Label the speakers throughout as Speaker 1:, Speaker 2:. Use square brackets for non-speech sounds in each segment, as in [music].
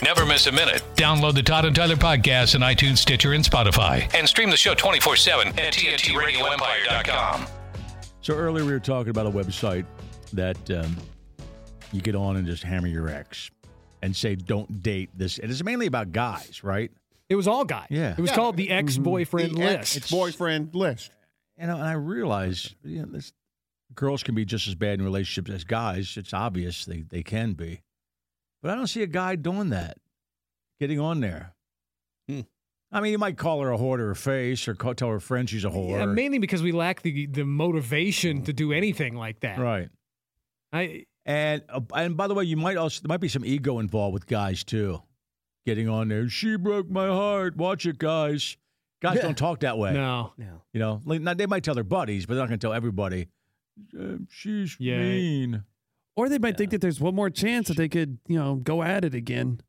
Speaker 1: Never miss a minute.
Speaker 2: Download the Todd and Tyler podcast on iTunes, Stitcher, and Spotify.
Speaker 1: And stream the show 24 7 at TNTRadioEmpire.com.
Speaker 3: So earlier we were talking about a website that um, you get on and just hammer your ex and say, "Don't date this." And it's mainly about guys, right?
Speaker 4: It was all guy.
Speaker 3: Yeah.
Speaker 4: It was
Speaker 5: Yeah.
Speaker 4: called the ex
Speaker 6: Mm-hmm.
Speaker 4: boyfriend
Speaker 5: Mm-hmm. The
Speaker 4: list.
Speaker 5: Ex boyfriend list.
Speaker 3: And I, and I realize you know, this, girls can be just as bad in relationships as guys. It's obvious they, they can be, but I don't see a guy doing that, getting on there.
Speaker 5: Hmm.
Speaker 3: I mean, you might call her a whore to her face, or call, tell her friend she's a whore.
Speaker 4: Yeah, mainly because we lack the the motivation to do anything like that.
Speaker 3: right.
Speaker 4: I
Speaker 3: And uh, and by the way, you might also there might be some ego involved with guys too, getting on there. She broke my heart. Watch it, guys. Guys
Speaker 5: Yeah.
Speaker 3: don't talk that way.
Speaker 4: no.
Speaker 5: No.
Speaker 3: You know, like, now, they might tell their buddies, but they're not going to tell everybody. "Um, she's
Speaker 4: Yeah.
Speaker 3: mean
Speaker 6: Or they might think that there's one more chance that they could, you know, go at it again.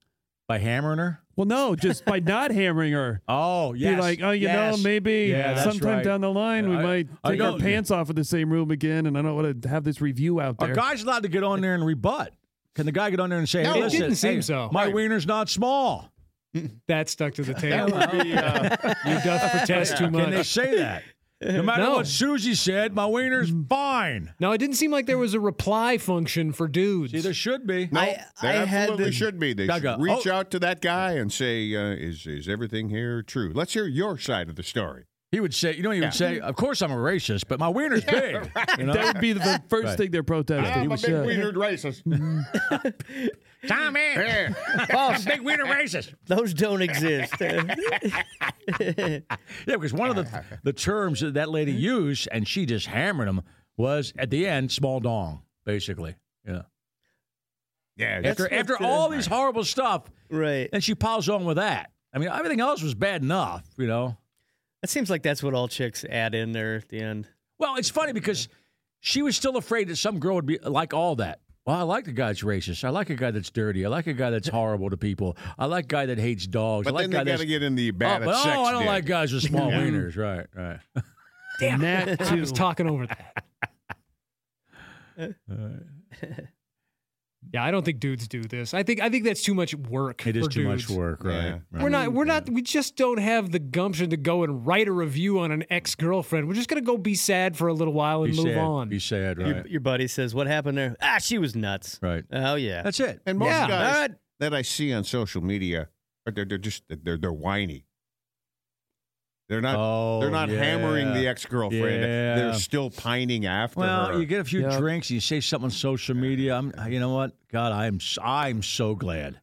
Speaker 3: by hammering her.
Speaker 6: Well, no, just by not hammering her.
Speaker 3: Oh, yes.
Speaker 6: Be like, oh, you
Speaker 3: yes.
Speaker 6: know, maybe
Speaker 3: Yeah, that's
Speaker 6: sometime
Speaker 3: right.
Speaker 6: down the line we
Speaker 3: I-
Speaker 6: might
Speaker 3: I
Speaker 6: take our
Speaker 3: don't-
Speaker 6: pants off in the same room again, and I don't want to have this review out
Speaker 3: Are
Speaker 6: there.
Speaker 3: guys allowed to get on there and rebut? Can the guy get on there and say,
Speaker 5: No,
Speaker 3: hey,
Speaker 5: it
Speaker 3: listen,
Speaker 4: didn't seem
Speaker 3: hey,
Speaker 4: so.
Speaker 3: my
Speaker 4: Right.
Speaker 3: wiener's not small?
Speaker 4: That stuck
Speaker 6: [laughs]
Speaker 4: to the
Speaker 5: That
Speaker 4: table.
Speaker 5: would be, uh,
Speaker 4: you doth protest too
Speaker 3: Can they
Speaker 4: much.
Speaker 3: say that? No matter
Speaker 4: No. Mm.
Speaker 3: what Susie said, my wiener's fine.
Speaker 4: No, it didn't seem like there was a reply function for dudes.
Speaker 3: See, there should be.
Speaker 5: no,
Speaker 7: I-
Speaker 5: they
Speaker 7: I had
Speaker 5: absolutely
Speaker 7: the-
Speaker 5: should be. They
Speaker 3: Gotta
Speaker 5: should
Speaker 3: go.
Speaker 5: reach
Speaker 3: Oh.
Speaker 5: out to that guy and say, uh, "Is is everything here true?" Let's hear your side of the story.
Speaker 3: He would say, you know, he
Speaker 5: Yeah.
Speaker 3: would say, of course I'm a racist, but my wiener's big. You know?
Speaker 6: that would be
Speaker 7: [laughs]
Speaker 6: the first
Speaker 3: Right. [laughs]
Speaker 6: thing they're protesting.
Speaker 5: Ah, I'm a big
Speaker 6: Yeah.
Speaker 5: wienered racist.
Speaker 3: Tommy,
Speaker 5: Yeah.
Speaker 3: [laughs]
Speaker 7: False.
Speaker 3: Oh, big wiener racist.
Speaker 7: Those
Speaker 6: [laughs]
Speaker 7: don't exist. [laughs]
Speaker 3: Yeah, because one of the the terms that that lady used, and she just hammered him, was at the end, small dong, basically. Yeah.
Speaker 5: yeah,
Speaker 7: That's
Speaker 3: After,
Speaker 7: what
Speaker 3: after
Speaker 7: the-
Speaker 3: all these horrible stuff,
Speaker 7: right.
Speaker 3: and she piles on with that. I mean, everything else was bad enough, you know.
Speaker 7: It seems like that's what all chicks add in there at the end.
Speaker 3: Well, it's funny because she was still afraid that some girl would be like all that. Well, I like the guy that's racist. I like a guy that's dirty. I like a guy that's horrible to people. I like a guy that hates dogs.
Speaker 5: but
Speaker 3: I like a
Speaker 5: then they
Speaker 3: guy
Speaker 5: got
Speaker 3: that's
Speaker 5: to get in the
Speaker 3: Oh,
Speaker 5: bad
Speaker 3: but-
Speaker 5: at sex.
Speaker 3: oh, I don't
Speaker 5: dick.
Speaker 3: like guys with small
Speaker 5: [laughs] Yeah.
Speaker 3: wieners. Right, right.
Speaker 7: [laughs]
Speaker 6: Damn that
Speaker 4: I
Speaker 6: too.
Speaker 4: was talking over
Speaker 6: [laughs]
Speaker 4: that. Yeah, I don't think dudes do this. I think I think that's too much work.
Speaker 3: It is
Speaker 4: for
Speaker 3: too much
Speaker 4: dudes.
Speaker 3: work, right?
Speaker 5: Yeah.
Speaker 3: right.
Speaker 4: We're not. We're not. We just don't have the gumption to go and write a review on an ex girlfriend. We're just gonna go be sad for a little while
Speaker 3: Be
Speaker 4: and move
Speaker 3: sad.
Speaker 4: on.
Speaker 3: Be sad,
Speaker 7: Your,
Speaker 3: right?
Speaker 7: your buddy says, "What happened there?" Ah, she was nuts.
Speaker 3: Right.
Speaker 7: Oh yeah.
Speaker 3: That's it.
Speaker 5: And most
Speaker 4: Yeah.
Speaker 5: guys
Speaker 7: All right.
Speaker 5: that I see on social media, are- they're, they're just they're they're whiny. They're not.
Speaker 3: Oh,
Speaker 5: they're not
Speaker 3: yeah.
Speaker 5: hammering the ex girlfriend.
Speaker 3: Yeah.
Speaker 5: They're still pining after
Speaker 3: Well,
Speaker 5: her.
Speaker 3: you get a few
Speaker 6: Yeah.
Speaker 3: drinks, you say something on social media. I'm, you know what? God, I'm, s- I'm so glad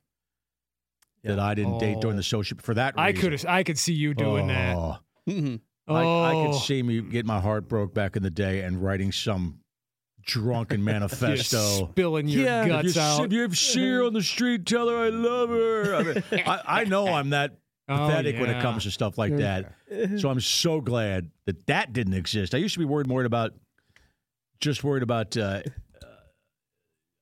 Speaker 3: that I didn't date during the social for that.
Speaker 4: Oh. I
Speaker 3: reason.
Speaker 4: could. I could see you doing that.
Speaker 3: Oh.
Speaker 7: Mhm.
Speaker 4: Oh,
Speaker 3: I, I could see me getting my heart broke back in the day and writing some
Speaker 4: [laughs]
Speaker 3: drunken
Speaker 4: you
Speaker 3: manifesto.
Speaker 4: spilling your
Speaker 6: Yeah.
Speaker 3: If you,
Speaker 4: guts
Speaker 3: see,
Speaker 4: out.
Speaker 3: if you see her on the street, tell her I love her. I,
Speaker 4: [laughs]
Speaker 3: mean, I, I know I'm that
Speaker 4: Oh,
Speaker 3: pathetic when it
Speaker 4: yeah.
Speaker 3: comes to stuff like that.
Speaker 4: [laughs]
Speaker 3: So I'm so glad that that didn't exist. I used to be worried more about just worried about uh,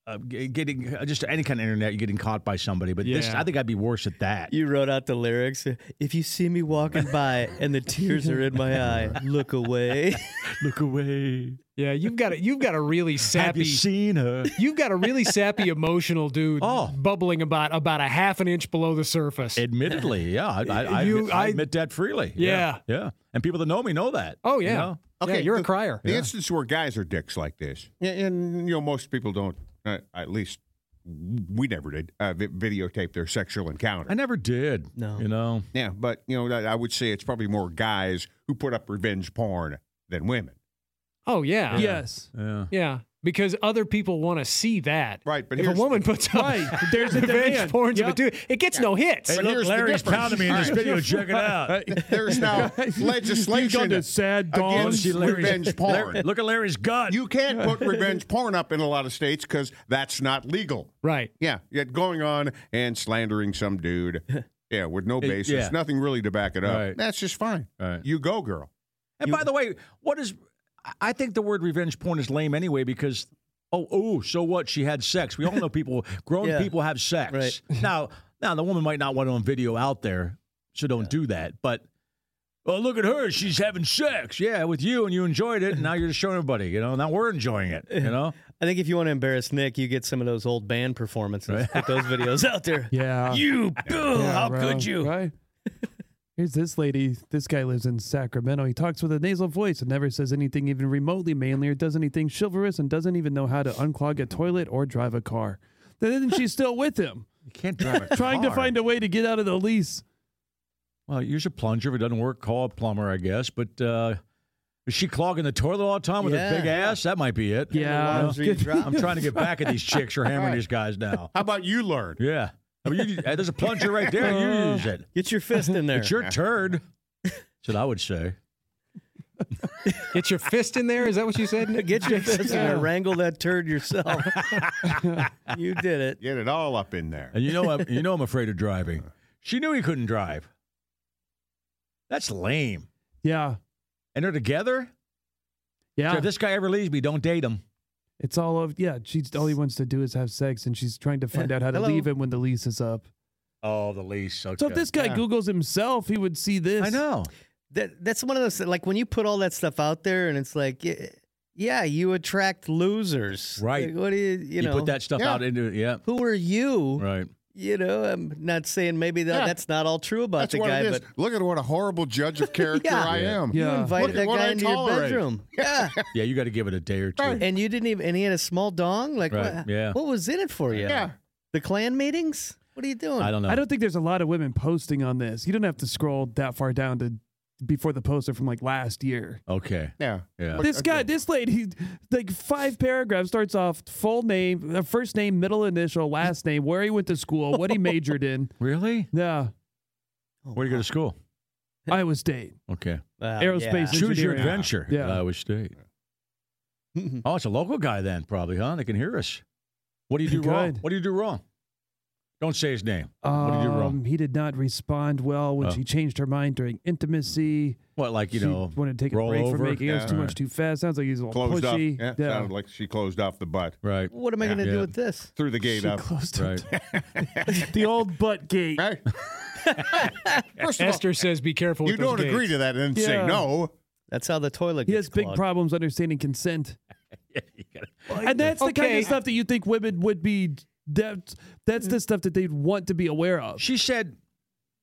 Speaker 3: uh, g- getting uh, just any kind of internet, you getting caught by somebody. But this,
Speaker 4: Yeah.
Speaker 3: I think I'd be worse at that.
Speaker 7: You wrote out the lyrics. If you see me walking by and the tears are in my eye, look away.
Speaker 3: Look away.
Speaker 4: Yeah, you've got a, You've got a really
Speaker 3: [laughs] Have you
Speaker 4: sappy.
Speaker 3: seen her?
Speaker 4: You've got a
Speaker 3: [laughs]
Speaker 4: really sappy, emotional dude
Speaker 3: Oh.
Speaker 4: bubbling about about a half an inch below the surface.
Speaker 3: Admittedly, yeah, I, I, I,
Speaker 4: You-
Speaker 3: admit, I
Speaker 4: I-
Speaker 3: admit that freely. yeah, and people that know me know that.
Speaker 4: oh
Speaker 3: you
Speaker 4: yeah.
Speaker 3: know?
Speaker 4: Yeah, you're a
Speaker 5: the-
Speaker 4: crier.
Speaker 5: The instance where guys are dicks like this, yeah, and you know most people don't. Uh, at least we never did uh, vi- videotape their sexual encounter.
Speaker 3: I never did.
Speaker 7: No.
Speaker 3: you know,
Speaker 5: Yeah, but you know, I I would say it's probably more guys who put up revenge porn than women.
Speaker 4: Oh yeah.
Speaker 6: Yes.
Speaker 3: yeah.
Speaker 4: Yeah. because other people want to see that.
Speaker 5: Right, but
Speaker 4: if a
Speaker 5: here's
Speaker 4: woman puts up
Speaker 6: Right, there's a
Speaker 4: [laughs] revenge
Speaker 6: demand.
Speaker 4: porns of a dude, it gets no hits.
Speaker 3: Hey, look,
Speaker 5: here's the
Speaker 3: Larry's
Speaker 5: difference.
Speaker 3: pounding me in
Speaker 5: [laughs]
Speaker 3: this
Speaker 5: All right.
Speaker 3: video. Check it out. [laughs]
Speaker 5: There's now
Speaker 6: You go
Speaker 5: legislation
Speaker 6: to sad dogs.
Speaker 5: against revenge porn.
Speaker 3: Larry- look at Larry's gun.
Speaker 5: You can't put revenge porn up in a lot of states because that's not legal.
Speaker 4: Right.
Speaker 5: Yeah, yet going on and slandering some dude. Yeah, with no basis,
Speaker 3: yeah.
Speaker 5: nothing really to back it up.
Speaker 3: Right.
Speaker 5: That's just fine.
Speaker 3: Right.
Speaker 5: You go, girl.
Speaker 3: and by the way, what is? I- I think the word revenge porn is lame anyway because oh oh so what? She had sex. We all know [laughs] people, grown
Speaker 7: Yeah.
Speaker 3: people have sex. [laughs]
Speaker 7: Right.
Speaker 3: Now now the woman might not want it on video out there, so don't do that. But oh look at her, she's having sex. Yeah, with you, and you enjoyed it, and now you're just showing everybody. You know, now we're enjoying it. [laughs] You know,
Speaker 7: I think if you want to embarrass Nick, you get some of those old band performances. Put those videos out there.
Speaker 6: [laughs] Yeah.
Speaker 7: You boo!
Speaker 6: Yeah,
Speaker 7: how
Speaker 6: bro,
Speaker 7: could
Speaker 3: [laughs]
Speaker 7: you?
Speaker 6: Right? Here's this lady. This guy lives in Sacramento. He talks with a nasal voice and never says anything even remotely manly or does anything chivalrous and doesn't even know how to unclog a toilet or drive a car. Then she's still
Speaker 3: [laughs]
Speaker 6: with him,
Speaker 3: you can't drive a
Speaker 6: trying to
Speaker 3: car.
Speaker 6: find a way to get out of the lease.
Speaker 3: Well, use a plunger. If it doesn't work, call a plumber, I guess. But uh, is she clogging the toilet all the time with
Speaker 7: Yeah.
Speaker 3: her big ass? That might be it.
Speaker 6: Yeah.
Speaker 3: You know?
Speaker 7: Lives where you drop.
Speaker 3: I'm trying to get back at these chicks who are hammering these guys now.
Speaker 5: How about you learn?
Speaker 3: Yeah. I mean, you, hey, there's a plunger right there. You use it.
Speaker 7: Get your fist in there.
Speaker 3: It's your turd. That's what I would say.
Speaker 4: Get your fist in there. Is that what you said? Nick?
Speaker 7: Get your fist in there. Wrangle that turd yourself. [laughs] you did it.
Speaker 5: Get it all up in there.
Speaker 3: And you know, I'm, you know, I'm afraid of driving. She knew he couldn't drive. That's lame.
Speaker 6: Yeah.
Speaker 3: And they're together. So
Speaker 6: Yeah.
Speaker 3: if this guy ever leaves me, don't date him.
Speaker 6: it's all of, yeah. She's all he wants to do is have sex and she's trying to find out how to
Speaker 7: Hello.
Speaker 6: leave him when the lease is up.
Speaker 3: Oh, the lease. Okay.
Speaker 6: So if this guy Googles himself, he would see this.
Speaker 3: I know.
Speaker 7: That that's one of those like when you put all that stuff out there and it's like, y- yeah, you attract losers.
Speaker 3: Right.
Speaker 7: Like, what do you you
Speaker 3: You,
Speaker 7: know?
Speaker 3: put that stuff
Speaker 5: Yeah.
Speaker 3: out into it. Yeah.
Speaker 7: who are you?
Speaker 3: Right.
Speaker 7: You know, I'm not saying maybe that,
Speaker 5: Yeah.
Speaker 7: that's not all true about
Speaker 5: That's
Speaker 7: the
Speaker 5: what
Speaker 7: guy,
Speaker 5: it is.
Speaker 7: but
Speaker 5: Look at what a horrible judge of character
Speaker 7: Yeah.
Speaker 5: I am.
Speaker 7: you
Speaker 6: Yeah.
Speaker 7: invited
Speaker 5: Look at
Speaker 7: that
Speaker 5: what
Speaker 7: guy
Speaker 5: I
Speaker 7: into your
Speaker 5: tolerate. [laughs]
Speaker 7: bedroom. Yeah.
Speaker 3: Yeah, you got to give it a day or two.
Speaker 7: and you didn't even and he had a small dong? Like
Speaker 3: Right,
Speaker 7: what,
Speaker 3: yeah.
Speaker 7: what was in it for you?
Speaker 5: Yeah.
Speaker 7: The clan meetings? What are you doing?
Speaker 3: I don't know.
Speaker 6: I don't think there's a lot of women posting on this. You don't have to scroll that far down to before the poster from like last year.
Speaker 3: okay.
Speaker 5: Yeah.
Speaker 3: Yeah.
Speaker 6: This guy, this lady, like five paragraphs starts off full name, uh, first name, middle initial, last name, where he went to school, what he
Speaker 5: [laughs]
Speaker 6: majored in.
Speaker 3: Really?
Speaker 6: Yeah,
Speaker 3: Where do you go to school?
Speaker 6: Iowa State.
Speaker 3: Okay.
Speaker 7: Oh, Wow,
Speaker 6: Aerospace
Speaker 7: yeah.
Speaker 3: Choose your
Speaker 6: Engineering.
Speaker 3: adventure
Speaker 6: Yeah.
Speaker 3: at Iowa State. Oh, it's a local guy then, probably, huh? They can hear us. What do you do wrong?
Speaker 6: Good.
Speaker 3: What do you do wrong? Don't say his name. what did you do
Speaker 6: Um,
Speaker 3: wrong?
Speaker 6: He did not respond well when
Speaker 3: Oh.
Speaker 6: she changed her mind during intimacy.
Speaker 3: What, like, you
Speaker 6: she
Speaker 3: know,
Speaker 6: wanted to take a
Speaker 3: roll
Speaker 6: break
Speaker 3: over?
Speaker 6: from making it was
Speaker 5: Yeah.
Speaker 6: too much too fast. Sounds like he's a little
Speaker 5: Closed
Speaker 6: pushy.
Speaker 5: up. Yeah, Sounded like she closed off the butt.
Speaker 3: Right.
Speaker 7: [laughs] What am I gonna
Speaker 3: Yeah.
Speaker 7: do with this?
Speaker 5: Threw the gate
Speaker 6: She
Speaker 5: up.
Speaker 6: closed
Speaker 3: Right.
Speaker 6: up [laughs] the old butt
Speaker 5: [laughs]
Speaker 6: gate.
Speaker 5: Right? First of all,
Speaker 4: Esther says, "Be careful."
Speaker 5: you
Speaker 4: with those
Speaker 5: don't agree
Speaker 4: gates.
Speaker 5: to that and say
Speaker 6: Yeah.
Speaker 5: no.
Speaker 7: That's how the toilet gets
Speaker 6: He has big
Speaker 7: clogged.
Speaker 6: problems
Speaker 3: [laughs]
Speaker 6: understanding consent. and that's the kind
Speaker 4: Okay.
Speaker 6: of stuff that you think women would be. That, that's the stuff that they'd want to be aware of.
Speaker 3: [laughs] She said,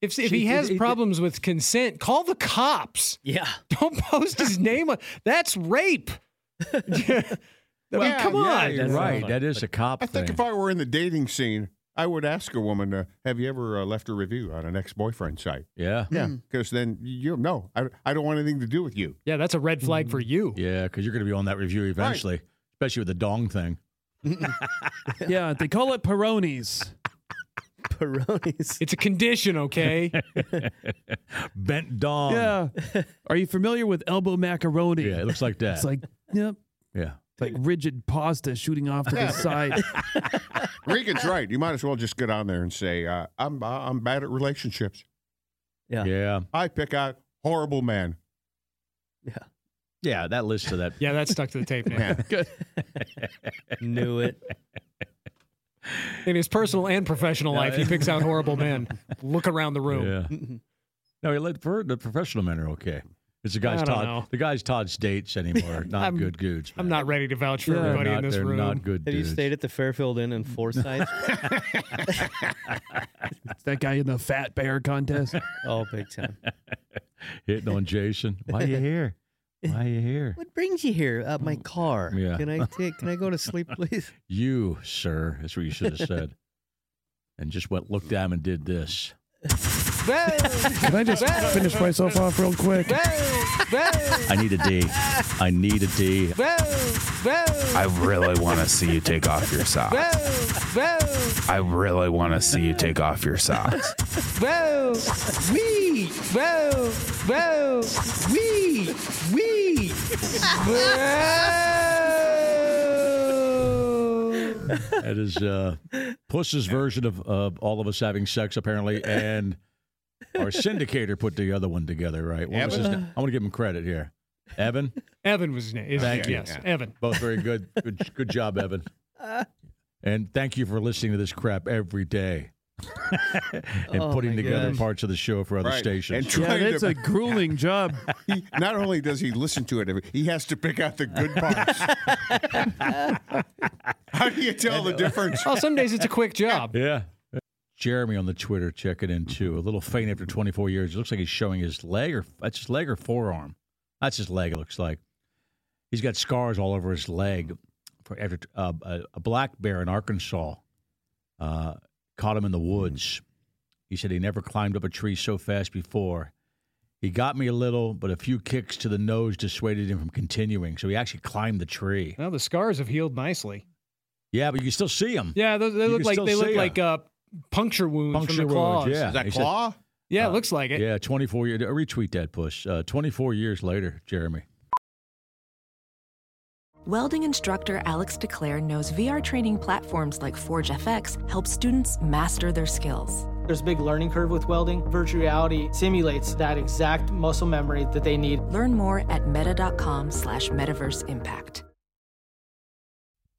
Speaker 4: If, if
Speaker 3: She-
Speaker 4: he has
Speaker 3: it- it-
Speaker 4: problems with consent, call the cops. [laughs]
Speaker 7: Yeah.
Speaker 4: Don't post
Speaker 5: [laughs]
Speaker 4: his name. on That's rape. [laughs] I mean, come
Speaker 5: yeah,
Speaker 4: on.
Speaker 3: you're
Speaker 7: that's
Speaker 3: right.
Speaker 7: not-
Speaker 3: That is a cop
Speaker 5: I
Speaker 3: thing.
Speaker 5: think if I were in the dating scene, I would ask a woman, uh, "Have you ever uh, left a review on an ex-boyfriend site?"
Speaker 3: yeah.
Speaker 5: Yeah, because then you no, I, I don't want anything to do with you.
Speaker 4: Yeah, that's a red flag for you.
Speaker 3: Yeah, because you're going to be on that review eventually, especially with the dong thing.
Speaker 6: yeah, they call it Peronis.
Speaker 7: Peronis. [laughs]
Speaker 4: It's a condition, okay? [laughs]
Speaker 3: Bent dong.
Speaker 6: Yeah. Are you familiar with elbow macaroni?
Speaker 3: Um. Yeah, it looks like that.
Speaker 6: It's like, yep,
Speaker 3: yeah.
Speaker 6: like rigid pasta shooting off
Speaker 3: [laughs]
Speaker 6: to the side.
Speaker 5: Regan's right. You might as well just get on there and say, uh, "I'm I'm bad at relationships.
Speaker 7: Yeah.
Speaker 3: Yeah.
Speaker 5: I pick out horrible men."
Speaker 7: Yeah.
Speaker 3: Yeah, that list to that.
Speaker 4: yeah, that stuck to the tape now.
Speaker 5: Yeah.
Speaker 7: Knew it.
Speaker 4: In his personal and professional
Speaker 3: No,
Speaker 4: life, he
Speaker 3: it-
Speaker 4: picks
Speaker 5: [laughs]
Speaker 4: out horrible men. Look around the room.
Speaker 3: Yeah. No, he let for the professional men are okay. It's the guys
Speaker 4: I don't
Speaker 3: Todd.
Speaker 4: know.
Speaker 3: The guys Todd's dates anymore. Not
Speaker 4: I'm-
Speaker 3: good dudes.
Speaker 4: I'm
Speaker 3: man.
Speaker 4: not ready to vouch for
Speaker 6: Yeah.
Speaker 4: everybody
Speaker 3: They're
Speaker 4: in
Speaker 3: not-
Speaker 4: this
Speaker 3: they're
Speaker 4: room.
Speaker 3: Not good
Speaker 7: Have you
Speaker 3: dudes.
Speaker 7: stayed at the Fairfield
Speaker 8: [laughs]
Speaker 7: Inn in Forsyth?
Speaker 6: It's that guy in the fat
Speaker 3: [laughs]
Speaker 6: bear contest.
Speaker 7: oh, big time.
Speaker 3: [laughs] hitting on Jason? Why
Speaker 7: [laughs]
Speaker 3: you here? Why you here?
Speaker 7: What brings you here? Uh, my car.
Speaker 3: Yeah.
Speaker 7: Can I take? Can I go to sleep, please?
Speaker 3: You,
Speaker 7: [laughs]
Speaker 3: sir. That's what you should have said. And just went looked at him and did this.
Speaker 6: Can I just finish myself off real quick?
Speaker 3: I need a D. I need a
Speaker 7: [laughs]
Speaker 3: D.
Speaker 8: I really want to see you take off your socks. I really want to see you take off your socks.
Speaker 3: That is uh, Puss's version of of all of us having sex, apparently, and our syndicator put the other one together, right? What was his name? I want to give him credit here. Evan,
Speaker 4: Evan was his name. Is-
Speaker 3: Thank you.
Speaker 4: yes, Evan.
Speaker 3: both very good. Good, good job, Evan. And thank you for listening to this crap every
Speaker 7: [laughs]
Speaker 3: day and
Speaker 7: Oh
Speaker 3: putting
Speaker 7: my
Speaker 3: together
Speaker 7: gosh.
Speaker 3: parts of the show for other
Speaker 5: Right.
Speaker 3: stations.
Speaker 5: And
Speaker 6: Yeah,
Speaker 5: trying
Speaker 6: that's
Speaker 5: to,
Speaker 3: [laughs]
Speaker 6: a grueling job.
Speaker 5: he, not only does he listen to it, every- he has to pick out the
Speaker 3: [laughs]
Speaker 5: good parts. How do you tell
Speaker 3: uh,
Speaker 5: the
Speaker 3: [laughs]
Speaker 5: difference?
Speaker 4: Oh, some days it's a quick job.
Speaker 3: yeah. Jeremy on the Twitter checking in too. A little faint after 24 years. It looks like he's showing his leg or that's his leg or forearm. That's his leg. It looks like he's got scars all over his leg. For after uh, a, a black bear in Arkansas uh, caught him in the woods. He said he never climbed up a tree so fast before. He got me a little, but a few kicks to the nose dissuaded him from continuing. So he actually climbed the tree.
Speaker 4: Well, the scars have healed nicely.
Speaker 3: Yeah, but you can still see him.
Speaker 4: Yeah, those, they
Speaker 3: You
Speaker 4: look
Speaker 3: can
Speaker 4: like
Speaker 3: still
Speaker 4: they
Speaker 3: see
Speaker 4: look
Speaker 3: 'em.
Speaker 4: like uh, puncture wounds
Speaker 3: Puncture
Speaker 4: from the
Speaker 3: wounds,
Speaker 4: claws.
Speaker 3: yeah.
Speaker 5: Is that
Speaker 3: He said-
Speaker 5: claw?
Speaker 4: Yeah, it looks like it.
Speaker 3: Yeah, 24 years. Retweet that push. Uh, 24 years later, Jeremy.
Speaker 9: Welding instructor Alex DeClaire knows VR training platforms like Forge FX help students master their skills.
Speaker 10: [laughs] There's a big learning curve with welding. Virtual reality simulates that exact muscle memory that they need.
Speaker 9: Learn more at meta.com slash metaverse impact.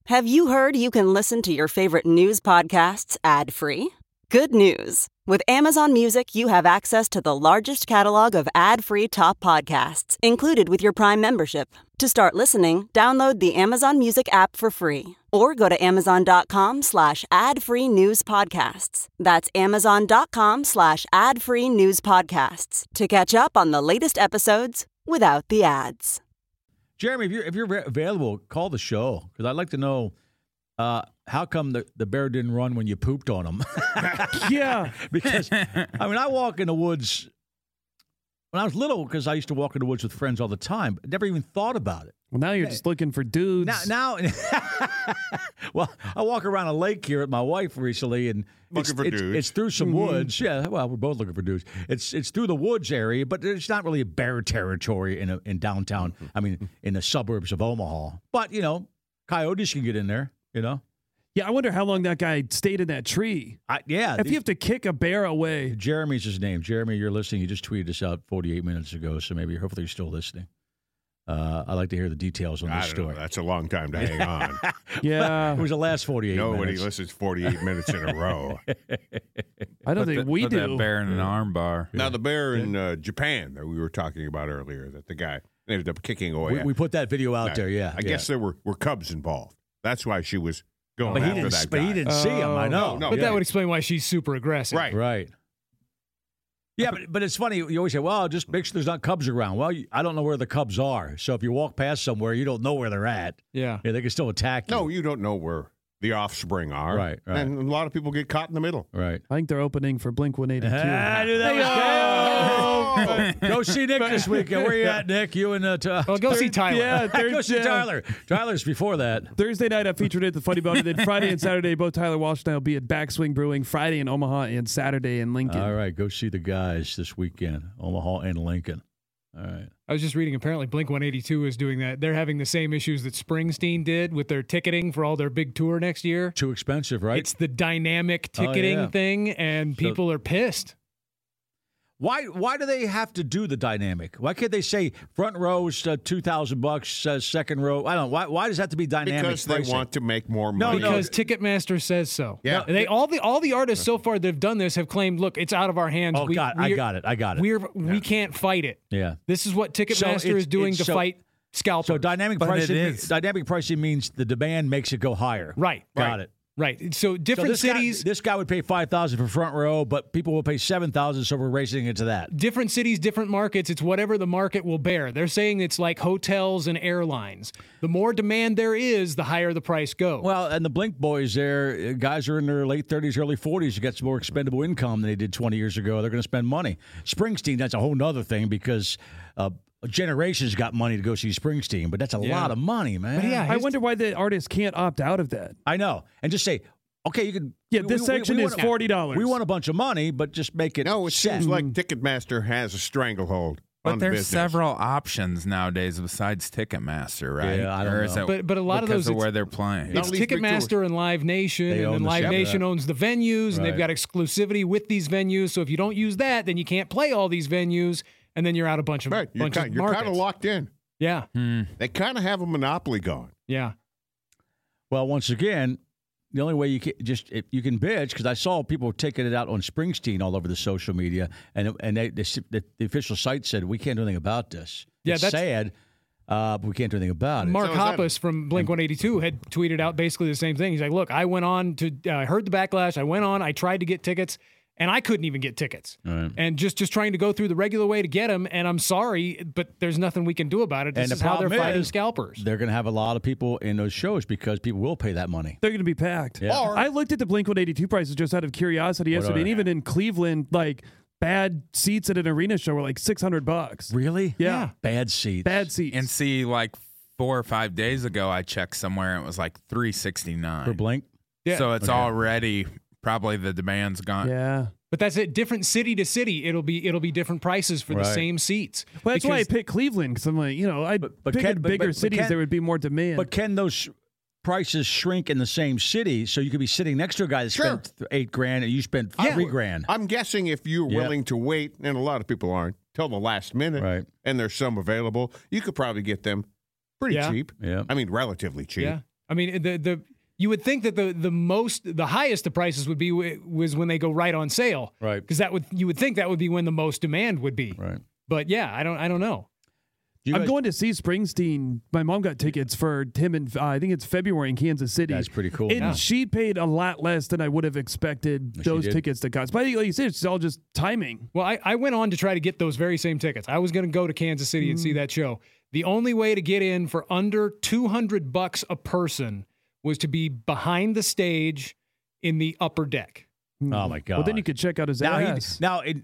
Speaker 11: Have you heard you can listen to your favorite news podcasts ad free? Good news! With Amazon Music, you have access to the largest catalog of ad free top podcasts included with your Prime membership. To start listening, download the Amazon Music app for free or go to amazon.com slash ad free news podcasts. That's amazon.com slash ad free news podcasts to catch up on the latest episodes without the ads.
Speaker 3: Jeremy, if you're, if you're re- available, call the show because I'd like to know uh, how come the, the bear didn't run when you pooped on him. [laughs]
Speaker 6: Yeah.
Speaker 3: because, I mean, I walk in the woods when I was little because I used to walk in the woods with friends all the time, but never even thought about it.
Speaker 6: Well, now you're just looking for dudes.
Speaker 3: Now, now [laughs] well, I walk around a lake here with my wife recently, and it's,
Speaker 5: Looking for
Speaker 3: it's,
Speaker 5: dudes. Mm-hmm.
Speaker 3: it's through some woods. Yeah, well, we're both looking for dudes. It's it's through the woods area, but it's not really a bear territory in a, in downtown. I
Speaker 5: Mm-hmm.
Speaker 3: mean, in the suburbs of Omaha. But you know, coyotes can get in there. You know,
Speaker 6: yeah, I wonder how long that guy stayed in that tree.
Speaker 3: I, yeah.
Speaker 6: If you have to kick a bear away,
Speaker 3: Jeremy's his name. Jeremy, you're listening. You just tweeted us out 48 minutes ago, so maybe hopefully you're still listening. Uh, I'd like to hear the details on
Speaker 5: I
Speaker 3: this
Speaker 5: don't know.
Speaker 3: story.
Speaker 5: That's a long time to
Speaker 3: [laughs]
Speaker 5: hang on.
Speaker 3: It
Speaker 6: yeah,
Speaker 3: was the last 48
Speaker 5: Nobody
Speaker 3: minutes.
Speaker 5: listens 48 minutes in
Speaker 3: [laughs]
Speaker 5: a row.
Speaker 6: I don't
Speaker 8: Put
Speaker 6: think
Speaker 8: the-
Speaker 6: we
Speaker 8: put
Speaker 6: do.
Speaker 8: That bear in an arm bar.
Speaker 5: Now, the bear in uh, Japan that we were talking about earlier, that the guy ended up kicking away.
Speaker 3: we, we put that video out
Speaker 5: I-
Speaker 3: there, yeah.
Speaker 5: I
Speaker 3: yeah.
Speaker 5: guess there were, were cubs involved. That's why she was going
Speaker 3: But he
Speaker 5: after
Speaker 3: didn't.
Speaker 5: that
Speaker 3: but
Speaker 5: guy.
Speaker 3: he didn't see him. I
Speaker 6: Oh,
Speaker 3: know.
Speaker 5: no,
Speaker 4: But
Speaker 5: Yeah.
Speaker 4: that would explain why she's super aggressive.
Speaker 5: Right.
Speaker 3: Right. Yeah, but but it's funny. You always say, "Well, just make sure there's not Cubs around." Well, you, I don't know where the Cubs are, so if you walk past somewhere, you don't know where they're at.
Speaker 4: Yeah.
Speaker 3: Yeah, they can still attack you.
Speaker 5: No, you don't know where the offspring are.
Speaker 3: Right, right.
Speaker 5: And a lot of people get caught in the middle.
Speaker 3: right.
Speaker 6: I think they're opening for Blink
Speaker 3: [laughs] Ah, I
Speaker 6: 182.
Speaker 3: knew
Speaker 5: Oh,
Speaker 3: that was good. Go see Nick this weekend. Where you at, Nick? You and uh, Ty-
Speaker 4: Well, go see Tyler.
Speaker 6: yeah,
Speaker 3: go
Speaker 6: third,
Speaker 3: see Tyler. Tyler's before that.
Speaker 6: Thursday night I featured it at the Funny Bone, and then Friday
Speaker 3: [laughs]
Speaker 6: and Saturday both Tyler Walsh and I will be at Backswing Brewing. Friday in Omaha and Saturday in Lincoln.
Speaker 3: All right, go see the guys this weekend, Omaha and Lincoln. All right.
Speaker 4: I was just reading. Apparently, Blink 182 is doing that. They're having the same issues that Springsteen did with their ticketing for all their big tour next year.
Speaker 3: Too expensive, right?
Speaker 4: It's the dynamic
Speaker 3: Oh,
Speaker 4: ticketing
Speaker 3: yeah.
Speaker 4: thing, and
Speaker 3: So-
Speaker 4: people are pissed.
Speaker 3: Why? Why do they have to do the dynamic? Why can't they say front rows uh, two thousand bucks, uh, second row? I don't. Why? Why does it have to be dynamic?
Speaker 5: Because they
Speaker 3: pricing?
Speaker 5: want to make more
Speaker 3: No,
Speaker 5: money.
Speaker 3: Oh, no.
Speaker 4: because Ticketmaster says so.
Speaker 5: Yeah.
Speaker 4: they all the all the artists so far they've done this have claimed, look, it's out of our hands.
Speaker 3: Oh God, I got it. I got it.
Speaker 4: We're we can't fight it.
Speaker 3: Yeah.
Speaker 4: This is what Ticketmaster
Speaker 3: it's-
Speaker 4: is doing
Speaker 3: it's
Speaker 4: to
Speaker 3: so-
Speaker 4: fight scalpers.
Speaker 3: So dynamic
Speaker 8: But it
Speaker 3: pricing.
Speaker 8: is.
Speaker 3: Dynamic pricing means the demand makes it go higher.
Speaker 4: Right.
Speaker 3: Got
Speaker 4: Right.
Speaker 3: it.
Speaker 4: Right. So
Speaker 3: So
Speaker 4: different
Speaker 3: this
Speaker 4: cities.
Speaker 3: Guy, this guy would pay five thousand for front row, but people will pay seven thousand. So we're racing into that.
Speaker 4: different cities, different markets. It's whatever the market will bear. They're saying it's like hotels and airlines. The more demand there is, the higher the price goes.
Speaker 3: Well, and the Blink Boys, there uh, guys are in their late thirties, early forties. You got some more expendable income than they did twenty years ago. They're going to spend money. Springsteen, that's a whole nother thing because uh, generations got money to go see Springsteen, but that's a
Speaker 6: Yeah.
Speaker 3: lot of money, man.
Speaker 6: I wonder why the artists can't opt out of that.
Speaker 3: I know, and just say. Okay, you can.
Speaker 6: Yeah, this section is
Speaker 3: want a-
Speaker 6: $40.
Speaker 3: We want a bunch of money, but just make it.
Speaker 5: No, it seems like Ticketmaster has a stranglehold.
Speaker 8: But
Speaker 5: on the
Speaker 8: there's
Speaker 5: business.
Speaker 8: several options nowadays besides Ticketmaster, right?
Speaker 5: Yeah, I don't
Speaker 8: Or is
Speaker 5: know.
Speaker 8: it
Speaker 4: But- but a lot of
Speaker 8: because
Speaker 4: those, it's-
Speaker 8: where they're playing.
Speaker 4: It's Ticketmaster and Live Nation,
Speaker 8: They
Speaker 4: and
Speaker 8: own
Speaker 4: then
Speaker 8: the
Speaker 4: Live
Speaker 8: shit.
Speaker 4: Nation owns the venues, and they've
Speaker 8: Right.
Speaker 4: got exclusivity with these venues. So if you don't use that, then you can't play all these venues, and then you're out a bunch of
Speaker 5: Right, you're
Speaker 4: bunch
Speaker 5: kind,
Speaker 4: of
Speaker 5: you're
Speaker 4: markets.
Speaker 5: kind of locked in.
Speaker 4: Yeah,
Speaker 5: They kind of have a monopoly going.
Speaker 4: yeah.
Speaker 3: Well, once again, the only way you can just if you can bitch because I saw people taking it out on Springsteen all over the social media, and and they, they, the, the official site said we can't do anything about this.
Speaker 4: Yeah,
Speaker 3: it's
Speaker 4: that's-
Speaker 3: sad, uh, but we can't do anything about it.
Speaker 4: Mark Hoppus from Blink 182 had tweeted out basically the same thing. He's like, "Look, I went on to uh, I heard the backlash. I went on. I tried to get tickets, and I couldn't even get tickets.
Speaker 3: Right.
Speaker 4: And just just trying to go through the regular way to get them. And I'm sorry, but there's nothing we can do about it. This
Speaker 3: and the
Speaker 4: is how they're
Speaker 3: problem
Speaker 4: fighting
Speaker 3: is,
Speaker 4: scalpers.
Speaker 3: They're going to have a lot of people in those shows because people will pay that money.
Speaker 6: They're going to be packed.
Speaker 3: Yeah. Or-
Speaker 6: I looked at the Blink 182 prices just out of curiosity
Speaker 3: What are
Speaker 6: yesterday, and
Speaker 3: they?
Speaker 6: even in Cleveland, like bad seats at an arena show were like 600 bucks.
Speaker 3: Really?
Speaker 6: Yeah.
Speaker 3: Bad seats.
Speaker 6: Bad seats.
Speaker 8: And see, like four or five days ago, I checked somewhere and it was like 369
Speaker 3: For Blink?
Speaker 4: Yeah.
Speaker 8: So it's
Speaker 4: Okay.
Speaker 8: already probably the demand's gone.
Speaker 6: Yeah.
Speaker 4: But that's it. Different city to city, it'll be it'll be different prices for the
Speaker 8: Right.
Speaker 4: same seats.
Speaker 6: Well, that's why I
Speaker 4: Because-
Speaker 6: picked Cleveland because I'm like, you know, I but,
Speaker 3: but
Speaker 6: pick
Speaker 3: can- but- but-
Speaker 6: bigger
Speaker 3: but
Speaker 6: cities.
Speaker 3: can-
Speaker 6: there would be more demand.
Speaker 3: But can those prices shrink in the same city so you could be sitting next to a guy that
Speaker 5: Sure.
Speaker 3: spent th- eight grand and you spent three grand?
Speaker 5: I'm guessing if you're
Speaker 3: Yeah.
Speaker 5: willing to wait, and a lot of people aren't, till the last minute,
Speaker 3: Right.
Speaker 5: and there's some available, you could probably get them pretty
Speaker 4: Yeah.
Speaker 5: cheap.
Speaker 3: Yeah.
Speaker 5: I mean, relatively cheap.
Speaker 4: Yeah, I mean the the you would think that the the most the highest the prices would be w- was when they go right on sale,
Speaker 3: Right.
Speaker 4: Because that would you would think that would be when the most demand would be,
Speaker 3: right?
Speaker 4: But yeah, I don't I don't know.
Speaker 3: You
Speaker 6: I'm
Speaker 3: guys-
Speaker 6: going to see Springsteen. My mom got tickets for him in, uh, I think it's February in Kansas City.
Speaker 3: That's pretty cool.
Speaker 6: And
Speaker 3: Yeah.
Speaker 6: she paid a lot less than I would have expected
Speaker 3: she
Speaker 6: those
Speaker 3: did.
Speaker 6: tickets to cost. But like you said, it's all just timing.
Speaker 4: Well, I, I went on to try to get those very same tickets. I was going to go to Kansas City and see that show. The only way to get in for under 200 bucks a person was to be behind the stage in the upper deck.
Speaker 3: Oh my god!
Speaker 6: Well, then you could check out his
Speaker 3: now he, [laughs]
Speaker 6: ass.
Speaker 3: now it,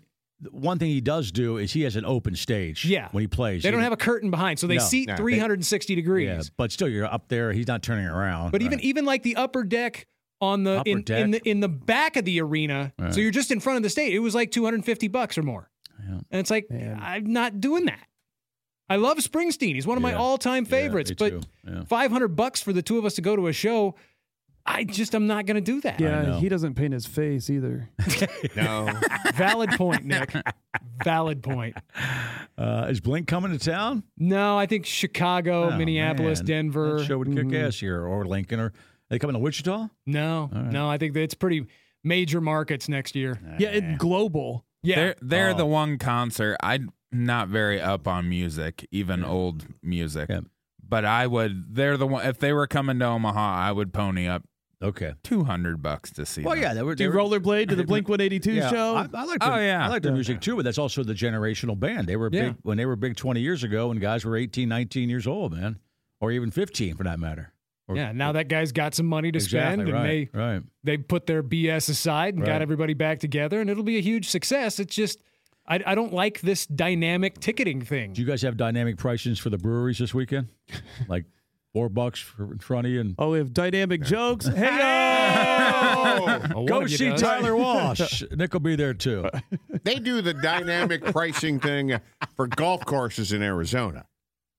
Speaker 3: one thing he does do is he has an open stage.
Speaker 4: Yeah.
Speaker 3: when he plays,
Speaker 4: They don't
Speaker 3: He-
Speaker 4: have a curtain behind, so they
Speaker 3: No,
Speaker 4: seat
Speaker 3: no, they-
Speaker 4: 360 degrees.
Speaker 3: Yeah, but still, you're up there. He's not turning around.
Speaker 4: But even even like the upper deck on the
Speaker 3: Upper
Speaker 4: in, in
Speaker 3: deck.
Speaker 4: the in the back of the arena,
Speaker 3: Right.
Speaker 4: so you're just in front of the stage. It was like 250 bucks or more, and it's like I'm not doing that. I love Springsteen; he's one of my
Speaker 3: Yeah.
Speaker 4: all-time
Speaker 3: Yeah,
Speaker 4: favorites.
Speaker 3: me
Speaker 4: but
Speaker 3: too. Yeah.
Speaker 4: 500 bucks for the two of us to go to a show, I just I'm not going to do that.
Speaker 6: yeah, he doesn't paint his
Speaker 3: [laughs]
Speaker 6: face either.
Speaker 5: No.
Speaker 4: [laughs] valid point, Nick. Valid point.
Speaker 3: uh, is Blink coming to town?
Speaker 4: No, I think Chicago,
Speaker 3: Oh,
Speaker 4: Minneapolis,
Speaker 3: man.
Speaker 4: Denver. Mm-hmm.
Speaker 3: That show would kick ass here, or Lincoln, or they coming to Wichita?
Speaker 4: No, no, I think that it's pretty major markets next year.
Speaker 6: Yeah, it, global.
Speaker 4: Yeah.
Speaker 8: They're, they're
Speaker 4: Oh.
Speaker 8: the one concert. I'm not very up on music, even old music. But I would, they're the one, if they were coming to Omaha, I would pony up.
Speaker 3: Okay.
Speaker 8: 200 bucks to see.
Speaker 3: Well,
Speaker 8: them.
Speaker 3: yeah, they were.
Speaker 6: Do
Speaker 3: They
Speaker 6: you
Speaker 3: were
Speaker 6: rollerblade to
Speaker 3: [laughs]
Speaker 6: the Blink 182
Speaker 3: yeah,
Speaker 6: show?
Speaker 3: I, I like. Their,
Speaker 8: Oh, yeah.
Speaker 3: I like their music too, but that's also the generational band. They were
Speaker 4: Yeah.
Speaker 3: big when they were big 20 years ago, and guys were 18, 19 years old, man, or even 15 for that matter. Or-
Speaker 4: yeah, now that guy's got some money to
Speaker 3: exactly
Speaker 4: spend, and
Speaker 3: right.
Speaker 4: they
Speaker 3: right.
Speaker 4: they put their BS aside and got
Speaker 3: Right.
Speaker 4: everybody back together, and it'll be a huge success. It's just I, I don't like this dynamic ticketing thing.
Speaker 3: Do you guys have dynamic prices for the breweries this
Speaker 4: [laughs]
Speaker 3: weekend? like four bucks for in front of you and
Speaker 6: oh, we have
Speaker 3: [laughs]
Speaker 6: dynamic jokes. Hey,
Speaker 4: Oh, one
Speaker 3: go
Speaker 4: of you
Speaker 3: see
Speaker 4: does. [laughs]
Speaker 3: Tyler Walsh. Nick will be there too.
Speaker 5: They do the dynamic pricing thing for golf courses in Arizona.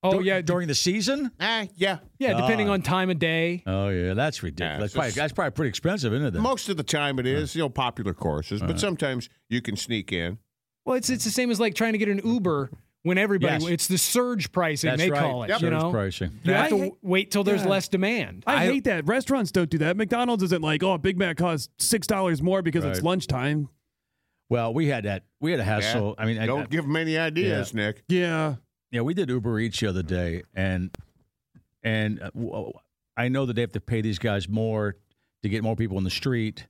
Speaker 4: Oh
Speaker 3: Dur-
Speaker 4: yeah,
Speaker 3: during the season.
Speaker 5: Ah, yeah.
Speaker 4: yeah, depending
Speaker 3: God.
Speaker 4: on time of day.
Speaker 3: Oh yeah, that's ridiculous.
Speaker 5: Yeah,
Speaker 3: that's,
Speaker 5: it's
Speaker 3: probably,
Speaker 5: just-
Speaker 3: that's probably pretty expensive, isn't it? Then?
Speaker 5: Most of the time it is, you know, popular courses, but sometimes you can sneak in.
Speaker 4: Well, it's it's the same as like trying to get an Uber when everybody
Speaker 3: Yes.
Speaker 4: it's the surge pricing
Speaker 3: That's
Speaker 4: they
Speaker 3: right.
Speaker 4: call it.
Speaker 3: Yep.
Speaker 4: You
Speaker 3: Surge
Speaker 4: know,
Speaker 3: pricing.
Speaker 4: You have
Speaker 6: I
Speaker 4: to
Speaker 6: hate-
Speaker 4: w- wait till there's
Speaker 6: Yeah.
Speaker 4: less demand.
Speaker 6: I, hate that. Restaurants don't do that. McDonald's isn't like, oh, Big Mac costs six dollars more because it's
Speaker 3: Right.
Speaker 6: lunchtime.
Speaker 3: Well, we had that. We had a hassle. I mean, I-
Speaker 5: Don't give them any
Speaker 3: [laughs]
Speaker 5: ideas, Nick.
Speaker 6: Yeah.
Speaker 3: Yeah, we did Uber Eats the other day, and and uh, w- I know that they have to pay these guys more to get more people in the street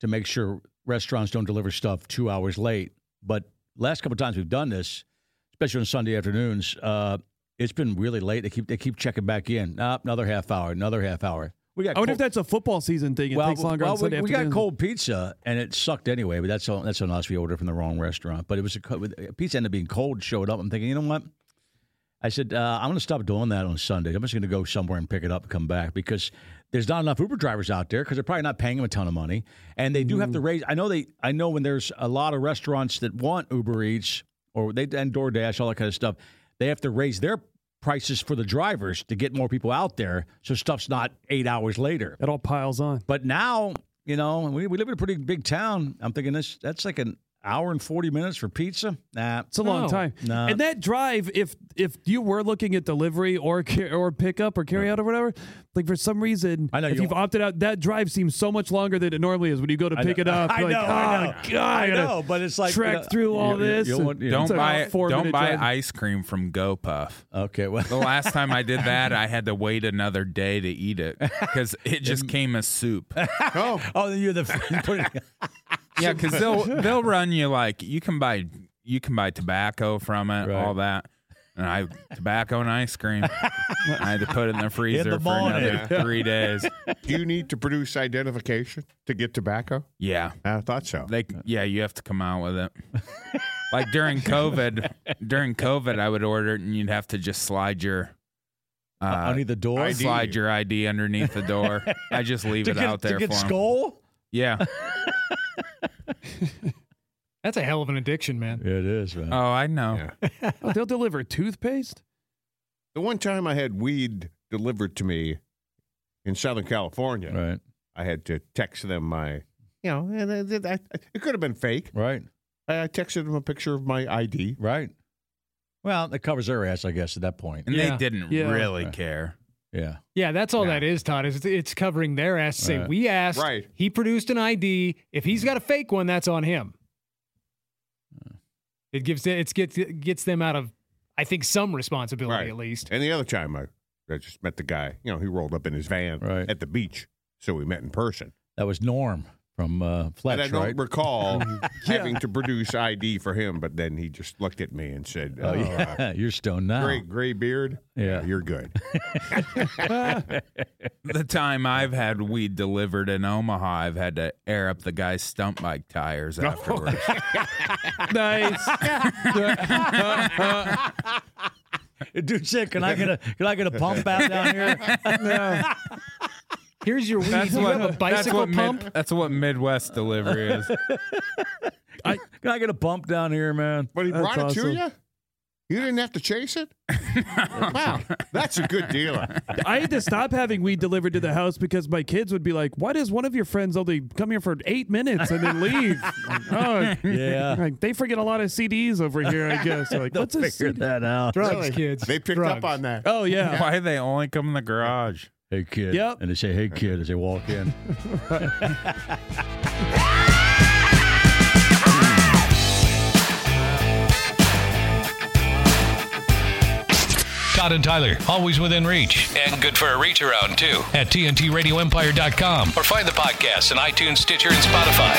Speaker 3: to make sure restaurants don't deliver stuff two hours late. But last couple of times we've done this, especially on Sunday afternoons, uh, it's been really late. They keep they keep checking back in. Nah, another half hour, another half hour. We got
Speaker 6: I wonder
Speaker 3: cold-
Speaker 6: if that's a football season thing. It
Speaker 3: well,
Speaker 6: takes longer
Speaker 3: well,
Speaker 6: on Sunday
Speaker 3: we, we got
Speaker 6: afternoons.
Speaker 3: cold pizza and it sucked anyway. But that's on, that's on us. We ordered from the wrong restaurant. But it was a co- with- uh, pizza ended up being cold. Showed up. I'm thinking, you know what? I said uh, I'm going to stop doing that on Sunday. I'm just going to go somewhere and pick it up and come back because there's not enough Uber drivers out there because they're probably not paying them a ton of money, and they do have
Speaker 6: Mm-hmm.
Speaker 3: to raise. I know they. I know when there's a lot of restaurants that want Uber Eats or they and DoorDash all that kind of stuff, they have to raise their prices for the drivers to get more people out there so stuff's not eight hours later.
Speaker 6: It all piles on.
Speaker 3: But now, you know, we, we live in a pretty big town. I'm thinking this that's like an hour and 40 minutes for pizza. Nah.
Speaker 6: It's a long time.
Speaker 3: Nah.
Speaker 6: And that drive, if if you were looking at delivery or ca- or pickup or carry out or whatever, like for some reason,
Speaker 3: know
Speaker 6: if
Speaker 3: you
Speaker 6: you've opted out, that drive seems so much longer than it normally is when you go to
Speaker 3: I
Speaker 6: pick
Speaker 3: know-
Speaker 6: it
Speaker 3: [laughs]
Speaker 6: up.
Speaker 3: I
Speaker 6: you're
Speaker 3: know,
Speaker 6: like,
Speaker 3: I
Speaker 6: "Oh,
Speaker 3: know.
Speaker 6: God,
Speaker 3: I
Speaker 6: gotta
Speaker 3: know, but it's like, uh,
Speaker 6: trek
Speaker 3: you know,
Speaker 6: through all
Speaker 3: you- you-
Speaker 6: this.
Speaker 3: you
Speaker 6: and
Speaker 3: want- you
Speaker 8: Don't
Speaker 6: it's
Speaker 8: buy
Speaker 6: a four
Speaker 8: don't
Speaker 6: minute
Speaker 8: buy
Speaker 6: drive.
Speaker 8: ice cream from GoPuff.
Speaker 3: Okay, well, [laughs]
Speaker 8: the last time I did that, I had to wait another day to eat it because
Speaker 3: [laughs]
Speaker 8: it just came as soup.
Speaker 3: Oh, oh, you're the [laughs] you put it,
Speaker 8: Yeah, because
Speaker 3: [laughs]
Speaker 8: they'll they'll run you like you can buy you can buy tobacco from it, all that. And I tobacco and ice
Speaker 3: [laughs]
Speaker 8: cream. I had to put it in the freezer for another [laughs] three days.
Speaker 5: Do you need to produce identification to get tobacco?
Speaker 8: Yeah,
Speaker 5: I thought so.
Speaker 8: They yeah, you have to come out with it.
Speaker 3: [laughs]
Speaker 8: like during COVID, during COVID, I would order it, and you'd have to just slide your. [laughs] Uh,
Speaker 3: underneath the door? ID.
Speaker 8: slide your ID underneath the door. I just leave
Speaker 3: [laughs] to
Speaker 8: it
Speaker 3: get,
Speaker 8: out there
Speaker 3: to get
Speaker 8: for 'em.
Speaker 3: skull?
Speaker 8: Yeah.
Speaker 4: That's a hell of an addiction, man.
Speaker 3: It is, man.
Speaker 8: Oh, I know.
Speaker 3: [laughs]
Speaker 6: Oh, they'll deliver toothpaste.
Speaker 5: The one time I had weed delivered to me in Southern California,
Speaker 3: right.
Speaker 5: I had to text them my, you know, and I, did- I, it could have been fake.
Speaker 3: Right.
Speaker 5: I I texted them a picture of my ID.
Speaker 3: Right. Well, it covers their ass, I guess, at that point.
Speaker 8: And
Speaker 4: Yeah.
Speaker 8: they didn't
Speaker 4: Yeah.
Speaker 8: really care.
Speaker 3: Yeah.
Speaker 4: Yeah, that's all that is, Todd. Is it's- it's covering their ass. to Say
Speaker 3: Right.
Speaker 4: we asked.
Speaker 5: Right.
Speaker 4: He produced an ID. If he's got a fake one, that's on him. It gives it gets gets them out of, I think, some responsibility
Speaker 5: Right.
Speaker 4: at least.
Speaker 5: And the other time I, I just met the guy, you know, he rolled up in his van
Speaker 3: Right.
Speaker 5: at the beach. So we met in person.
Speaker 3: That was Norm from uh,
Speaker 5: and I
Speaker 3: Fletch,
Speaker 5: don't
Speaker 3: right? [laughs]
Speaker 5: recall having to produce ID for him, but then he just looked at me and said, uh,
Speaker 3: Oh, yeah. [laughs] You're stoned now.
Speaker 5: Great gray beard.
Speaker 3: Oh. Yeah.
Speaker 5: you're good.
Speaker 8: The time I've had weed delivered in Omaha, I've had to air up the guy's stunt bike tires
Speaker 3: [laughs]
Speaker 8: afterwards.
Speaker 6: Nice.
Speaker 3: Dude said, "Can I get a can I get a pump out
Speaker 8: [laughs]
Speaker 3: down here?" [laughs]
Speaker 4: Here's your weed. you have a bicycle
Speaker 8: that's what
Speaker 4: pump.
Speaker 8: Mid, that's what [laughs] Midwest delivery is.
Speaker 3: Can I get a pump down here, man?
Speaker 5: But he brought it
Speaker 6: That's
Speaker 5: to
Speaker 6: awesome.
Speaker 5: you? You didn't have to chase it? wow. That's a good dealer.
Speaker 6: I had to stop having weed delivered to the house because my kids would be like, "Why does one of your friends only come here for eight minutes and
Speaker 8: [laughs]
Speaker 6: then leave?" Like, oh,
Speaker 3: Yeah.
Speaker 6: Like, they forget a lot of CDs over here, I
Speaker 3: [laughs]
Speaker 6: guess. They're like, what's a
Speaker 3: Figure
Speaker 6: CD?
Speaker 3: that out.
Speaker 4: Drugs,
Speaker 5: Really?
Speaker 4: kids.
Speaker 5: They picked
Speaker 4: Drugs.
Speaker 5: up on that.
Speaker 6: Oh yeah.
Speaker 8: Why they only come in the garage?
Speaker 3: Hey kid.
Speaker 6: Yep.
Speaker 3: And they say, "Hey kid," as they walk in.
Speaker 2: Todd and Tyler, always within reach
Speaker 1: And good for a reach around, too.
Speaker 2: at TNTRadioEmpire.com.
Speaker 1: Or find the podcast on iTunes, Stitcher, and Spotify.